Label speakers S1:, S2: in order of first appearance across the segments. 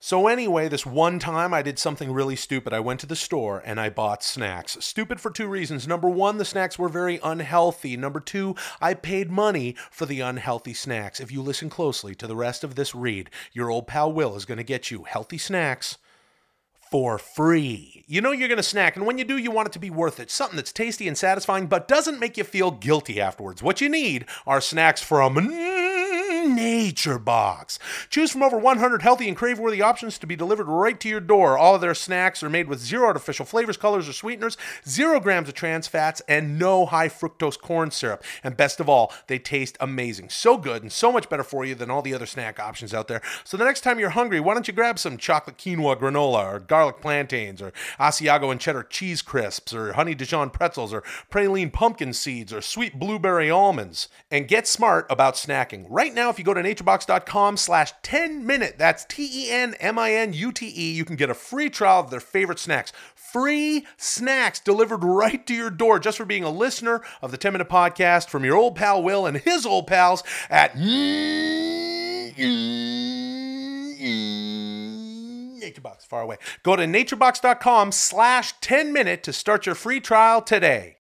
S1: So, anyway, this one time I did something really stupid. I went to the store and I bought snacks. Stupid for two reasons. Number one, the snacks were very unhealthy. Number two, I paid money for the unhealthy snacks. If you listen closely to the rest of this read, your old pal Will is going to get you healthy snacks for free. You know you're going to snack, and when you do, you want it to be worth it. Something that's tasty and satisfying, but doesn't make you feel guilty afterwards. What you need are snacks from Nature Box. Choose from over 100 healthy and crave worthy options to be delivered right to your door. All of their snacks are made with zero artificial flavors, colors, or sweeteners, zero grams of trans fats, and no high fructose corn syrup. And best of all, they taste amazing. So good and so much better for you than all the other snack options out there. So the next time you're hungry, why don't you grab some chocolate quinoa granola or garlic plantains or Asiago and cheddar cheese crisps or honey Dijon pretzels or praline pumpkin seeds or sweet blueberry almonds and get smart about snacking. Right now, if you go to naturebox.com slash 10 minute, that's T E N M I N U T E, you can get a free trial of their favorite snacks. Free snacks delivered right to your door just for being a listener of the 10 minute podcast from your old pal Will and his old pals at Naturebox, far away. Go to naturebox.com slash 10 minute to start your free trial today.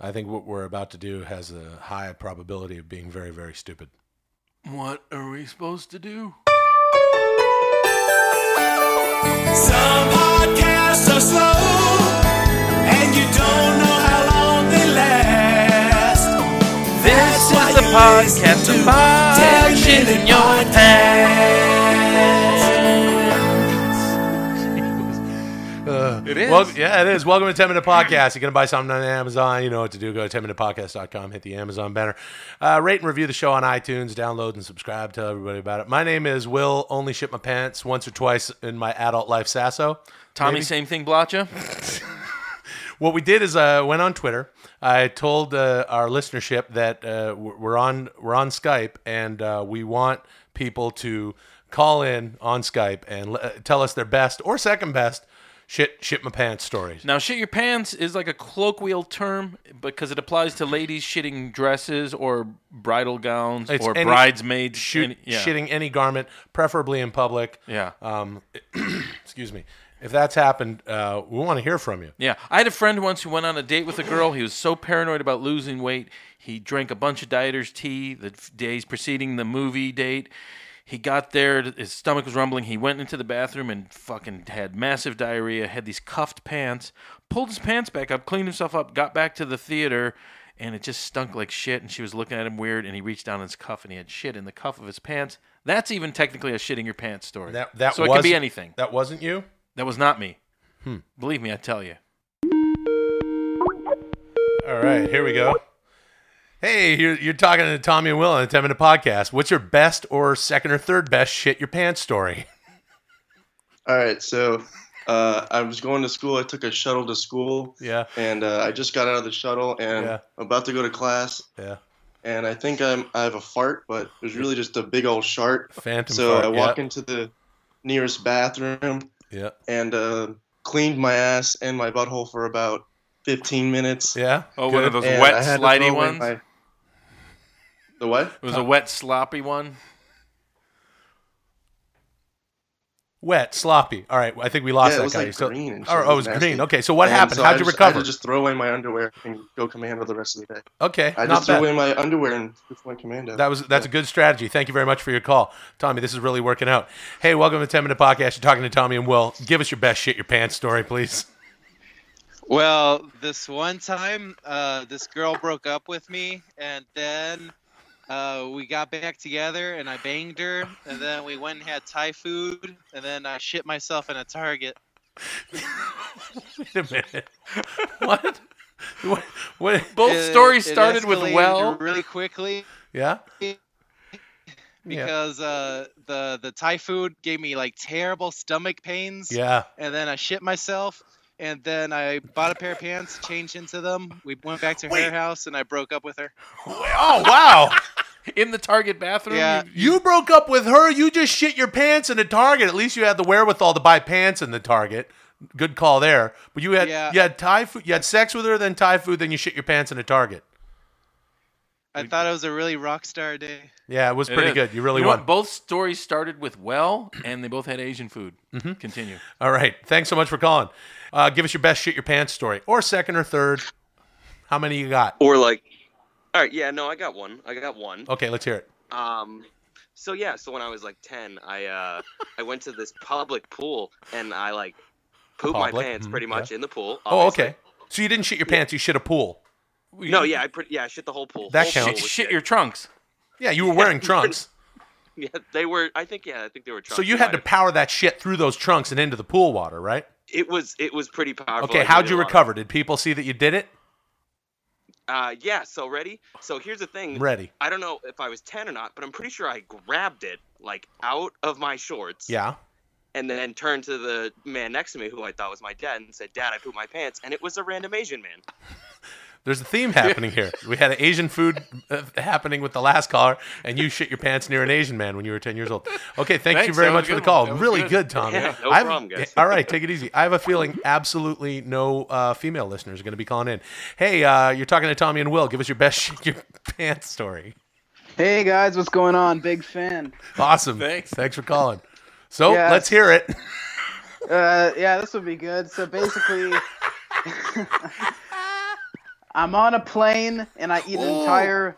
S1: I think what we're about to do has a high probability of being very, very stupid.
S2: What are we supposed to do?
S3: Some podcasts are slow, and you don't know how long they last.
S4: This is the podcast about shit in your
S1: It
S2: is.
S1: Well, yeah, it is. Welcome to 10 Minute Podcast. You're going to buy something on Amazon. You know what to do. Go to 10minutepodcast.com, hit the Amazon banner. Uh, rate and review the show on iTunes, download and subscribe. Tell everybody about it. My name is Will Only Shit My Pants once or twice in my adult life, Sasso.
S4: Tommy,
S1: Maybe.
S4: same thing, Blotcha.
S1: What we did is I went on Twitter. I told uh, our listenership that uh, we're we're on we're on Skype and uh, we want people to call in on Skype and le- tell us their best or second best shit shit my pants stories.
S4: Now, shit your pants is like a colloquial term because it applies to ladies shitting dresses or bridal gowns
S1: It's
S4: or
S1: any-
S4: bridesmaids
S1: shoot,
S4: any- yeah.
S1: shitting any garment, preferably in public.
S4: Yeah.
S1: Um, excuse me. If that's happened, uh, we want to hear from you.
S4: Yeah, I had a friend once who went on a date with a girl. He was so paranoid about losing weight, he drank a bunch of dieter's tea the f- days preceding the movie date. He got there, his stomach was rumbling. He went into the bathroom and fucking had massive diarrhea, had these cuffed pants, pulled his pants back up, cleaned himself up, got back to the theater, and it just stunk like shit. And she was looking at him weird, and he reached down in his cuff and he had shit in the cuff of his pants. That's even technically a shitting your pants story.
S1: That that
S4: so it
S1: was
S4: could be anything.
S1: That wasn't Hmm. you.
S4: That was not me. Believe me, I tell you.
S1: All right, here we go. Hey, you're, you're talking to Tommy and Will on the 10 Minute Podcast. What's your best or second or third best shit your pants story?
S5: All right, so uh, I was going to school. I took a shuttle to school,
S1: Yeah,
S5: and uh, I just got out of the shuttle and
S1: Yeah.
S5: about to go to class.
S1: yeah.
S5: And I think I'm I have a fart, but it was really just a big old shart.
S1: Phantom
S5: so uh,
S1: fart.
S5: I walk
S1: yeah,
S5: into the nearest bathroom
S1: Yeah.
S5: and uh, cleaned my ass and my butthole for about 15 minutes.
S1: Yeah.
S4: Oh, one of
S1: Good.
S4: those
S5: And I
S4: wet,
S5: had to
S4: slidey
S5: throw away
S4: ones.
S5: my- The what?
S4: It was a wet, sloppy one.
S1: Wet, sloppy. All right, I think we lost
S5: Yeah, it
S1: that
S5: was,
S1: guy.
S5: like,
S1: so,
S5: green and
S1: oh,
S5: shit.
S1: oh, it was
S5: Nasty.
S1: green. Okay, so what
S5: And
S1: happened?
S5: so I
S1: How'd you
S5: just- I
S1: recover?
S5: had to just throw away my underwear and go commando the rest of the day.
S1: okay,
S5: I
S1: not
S5: just threw
S1: bad.
S5: away my underwear and went commando.
S1: That was that's a good strategy. Thank you very much for your call, Tommy. This is really working out. Hey, welcome to Ten Minute Podcast. You're talking to Tommy and Will. Give us your best shit your pants story, please.
S6: Well, this one time, uh, this girl broke up with me, and then uh, we got back together, and I banged her, and then we went and had Thai food, and then I shit myself in a Target.
S1: Wait a minute. What? What? what?
S4: Both
S6: It-
S4: stories
S6: it
S4: started with
S6: escalated
S4: well.
S6: really quickly
S1: Yeah.
S6: because uh, the the Thai food gave me like terrible stomach pains,
S1: Yeah.
S6: and then I shit myself. And then I bought a pair of pants, changed into them. We went back to her house, and I broke up with her.
S1: Oh wow.
S4: In the Target bathroom?
S6: Yeah.
S4: You-
S1: You broke up with her. You just shit your pants in the Target. At least you had the wherewithal to buy pants in the Target. Good call there. But you had
S6: Yeah.
S1: you had Thai food. You had sex with her, then Thai food, then you shit your pants in a Target.
S6: I thought it was a really rock star day.
S1: Yeah, it was
S4: It
S1: pretty
S4: is.
S1: good. You really
S4: know
S1: won.
S4: what? Both stories started with well, and they both had Asian food.
S1: Mm-hmm.
S4: Continue.
S1: All right. Thanks so much for calling. Uh, give us your best shit your pants story, or second or third. How many you got?
S7: Or like, all right, yeah, no, I got one. I got one.
S1: Okay, let's hear it.
S7: Um, so yeah, so when I was like ten, I uh, I went to this public pool and I like pooped my
S1: Public?
S7: pants
S1: Mhm,
S7: pretty much in the pool.
S1: Oh,
S7: obviously.
S1: okay. So you didn't shit your pants. You shit a pool.
S7: No, yeah, I pretty yeah, I shit the whole pool.
S1: That
S7: Whole pool
S1: counts.
S4: Shit,
S7: was
S4: shit your trunks.
S1: Yeah, you were wearing trunks,
S7: Yeah, they were. I think yeah, I think they were.
S1: so
S7: trunks.
S1: you had
S7: might
S1: to
S7: have-
S1: power that shit through those trunks and into the pool water, right?
S7: It was it was pretty powerful. I
S1: Okay.
S7: did
S1: How'd
S7: it
S1: you
S7: a lot.
S1: recover? Did people see that you did it?
S7: Uh, yeah. So ready. So here's the thing.
S1: Ready?
S7: I don't know if I was ten or not, but I'm pretty sure I grabbed it like out of my shorts.
S1: Yeah.
S7: and then turned to the man next to me who I thought was my dad and said, "Dad, I pooped my pants," and it was a random Asian man.
S1: There's a theme happening here. We had an Asian food uh, happening with the last caller, and you shit your pants near an Asian man when you were 10 years old. Okay, thank you
S2: Thanks,
S1: very
S2: that was
S1: much
S2: a
S1: for the
S2: good
S1: call.
S2: one. That was
S1: Really
S2: good.
S1: good, Tom.
S7: Yeah, no
S1: I've-
S7: problem, guys.
S1: All right, take it easy. I have a feeling absolutely no uh, female listeners are going to be calling in. Hey, uh, you're talking to Tommy and Will. Give us your best shit your pants story.
S8: Hey guys, what's going on? Big fan.
S1: Awesome.
S4: Thanks.
S1: for calling. So
S8: Yes.
S1: let's hear it.
S8: Uh, yeah, this would be good. So basically, I'm on a plane and I eat an entire,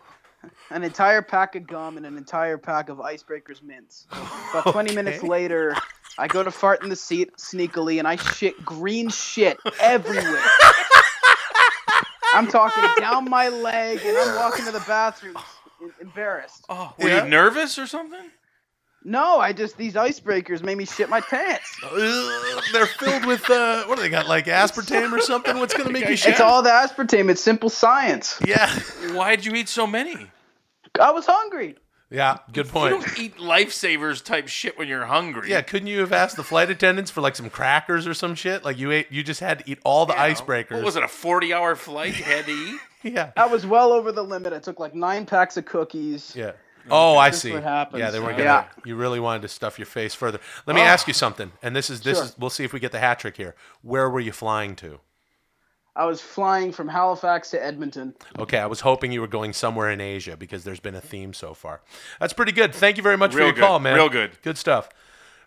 S8: an entire pack of gum and an entire pack of Icebreakers mints. About 20 minutes
S1: Okay.
S8: later, I go to fart in the seat sneakily and I shit green shit everywhere. I'm talking down my leg and I'm walking to the bathroom, em- embarrassed.
S4: Oh, were
S1: Yeah.
S4: you nervous or something?
S8: No, I just these icebreakers made me shit my pants.
S1: Ugh, They're filled with, uh, what do they got, like aspartame or something? What's going to make you shit?
S8: It's all the aspartame. It's simple science.
S1: yeah.
S4: Why'd you eat so many?
S8: I was hungry.
S1: Yeah, good
S4: You
S1: point.
S4: don't eat lifesavers type shit when you're hungry.
S1: Yeah, couldn't you have asked the flight attendants for like some crackers or some shit? Like you ate, you just had to eat all the icebreakers.
S4: What was it? A 40 hour flight you had to eat?
S1: Yeah,
S8: I was well over the limit. I took like nine packs of cookies.
S1: yeah. Oh, I
S8: That's
S1: see.
S8: what happens.
S1: Yeah, they were gonna.
S8: Yeah.
S1: You really wanted to stuff your face further. Let me ask you something, and this is this
S8: Sure.
S1: is. We'll see if we get the hat trick here. Where were you flying to?
S8: I was flying from Halifax to Edmonton.
S1: Okay, I was hoping you were going somewhere in Asia because there's been a theme so far. That's pretty good. Thank you very much for
S4: Real
S1: your
S4: good.
S1: call, man.
S4: Real good.
S1: Good stuff.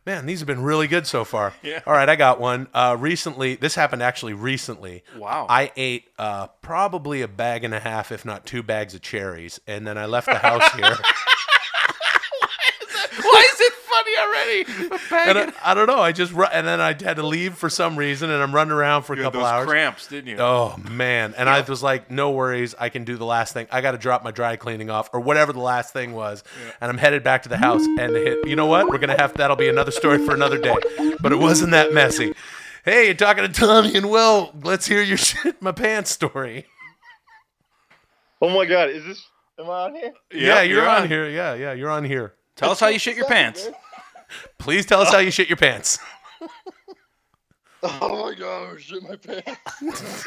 S1: Man, these have been really good so far. Yeah. All right, I got one. Uh, recently, this happened actually recently.
S4: Wow.
S1: I ate uh, probably a bag and a half, if not two bags of cherries, and then I left the house here.
S4: Why is it funny already? A bag
S1: and I,
S4: of-
S1: I don't know. I just ru- and then I had to leave for some reason, and I'm running around for a
S4: You had
S1: couple
S4: those
S1: hours.
S4: cramps, didn't you?
S1: Oh man! And I was like, "No worries, I can do the last thing. I got to drop my dry cleaning off, or whatever the last thing was." And I'm headed back to the house. And hit, you know what? We're gonna have that'll be another story for another day. But it wasn't that messy. Hey, you're talking to Tommy and Will. Let's hear your shit my pants story.
S9: Oh my god, is this? Am I on here?
S1: yeah, you're, on, here. Yeah, yeah, you're on here.
S4: Tell us how you shit your pants.
S1: Please tell us how you shit your pants.
S9: Oh my god, I shit my pants.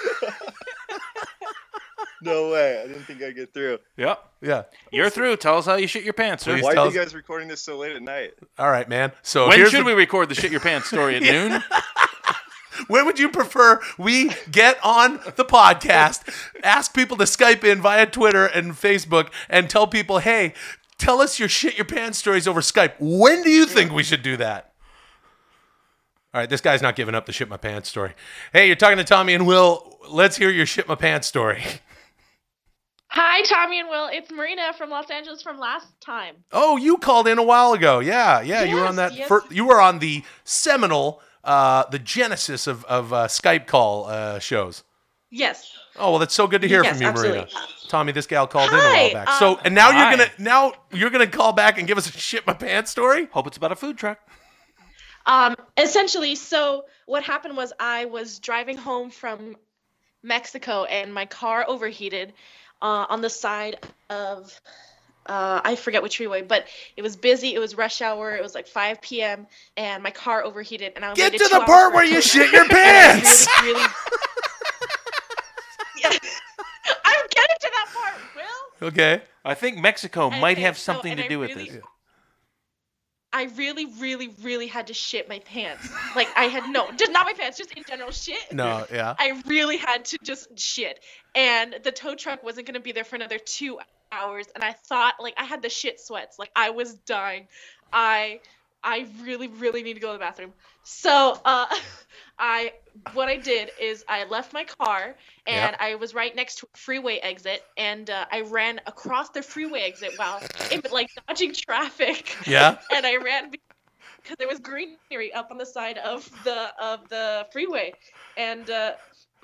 S9: no way, I didn't think I'd get through.
S4: Yep.
S1: Yeah.
S4: You're through. Tell us how you shit your pants, sir.
S1: Please
S9: Why
S1: tell
S9: are
S1: us-
S9: you guys recording this so late at night?
S1: All right, man. So
S4: When
S1: here's
S4: should
S1: the-
S4: we record the shit your pants story at noon?
S1: When would you prefer we get on the podcast, ask people to Skype in via Twitter and Facebook, and tell people, hey, tell us your shit your pants stories over Skype? When do you think we should do that? All right, this guy's not giving up the shit my pants story. Hey, you're talking to Tommy and Will. Let's hear your shit my pants story.
S10: Hi, Tommy and Will. It's Marina from Los Angeles from last time.
S1: Oh, you called in a while ago. Yeah, yeah, you were on
S10: Yes,
S1: that.
S10: yes.
S1: Fir- you were on the seminal, uh, the genesis of of uh, Skype call uh, shows.
S10: Yes.
S1: Oh well, that's so good to hear
S10: Yes,
S1: from you, Marina. Tommy, this gal called in
S10: Hi,
S1: a while back. So
S10: um,
S1: and now
S4: Hi.
S1: you're gonna now you're gonna call back and give us a shit my pants story.
S4: Hope it's about a food truck.
S10: Um, essentially, so what happened was I was driving home from Mexico and my car overheated uh, on the side of uh, I forget which freeway, but it was busy. It was rush hour. It was like 5 p.m. and my car overheated. And I
S1: Get
S10: waited
S1: to
S10: two
S1: the
S10: hours
S1: part
S10: for
S1: where
S10: it
S1: you
S10: to-
S1: shit your
S10: and I
S1: pants.
S10: really, really- Yeah. I'm getting to that part, Will.
S1: Okay.
S4: I think Mexico
S10: And-
S4: might
S10: and
S4: have
S10: so-
S4: something
S10: and
S4: to
S10: I
S4: do
S10: really-
S4: with this.
S10: I really, really, really had to shit my pants. Like I had no, just not my pants, just in general shit.
S1: No. Yeah.
S10: I really had to just shit, and the tow truck wasn't gonna be there for another two hours and I thought like I had the shit sweats. Like I was dying. I I really, really need to go to the bathroom. So uh I what I did is I left my car and
S11: Yep.
S10: I was right next to a freeway exit and uh, I ran across the freeway exit while it, like dodging traffic.
S4: Yeah.
S10: and I ran because there was greenery up on the side of the of the freeway and uh,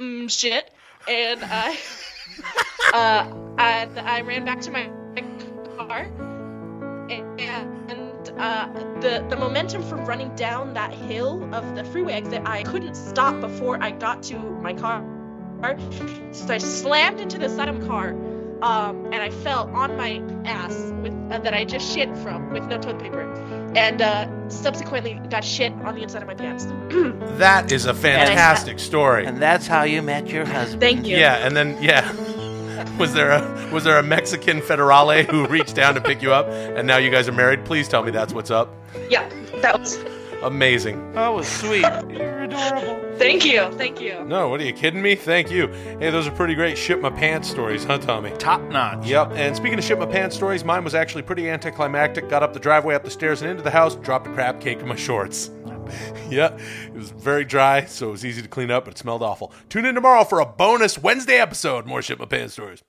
S10: mm, shit and I uh, I, I ran back to my, my car and, and uh, the the momentum from running down that hill of the freeway exit I couldn't stop before I got to my car so I slammed into the side of my car um, and I fell on my ass with uh, that I just shit from with no toilet paper and uh, subsequently got shit on the inside of my pants
S1: That is a fantastic story.
S4: And that's how you met your husband.
S10: Thank you.
S1: Yeah, and then yeah. Was there a was there a Mexican federale who reached down to pick you up and now you guys are married? Please tell me that's what's up.
S10: yeah that was
S1: Amazing.
S4: That was sweet. You're
S10: adorable. Thank you, thank you.
S1: No, what are you kidding me? Thank you. Hey, those are pretty great shit my pants stories, huh, Tommy?
S4: Top notch.
S1: Yep. And speaking of shit my pants stories, mine was actually pretty anticlimactic. Got up the driveway, up the stairs, and into the house. Dropped a crab cake in my shorts. yeah, it was very dry, so it was easy to clean up, but it smelled awful. Tune in tomorrow for a bonus Wednesday episode. More shit my pants stories.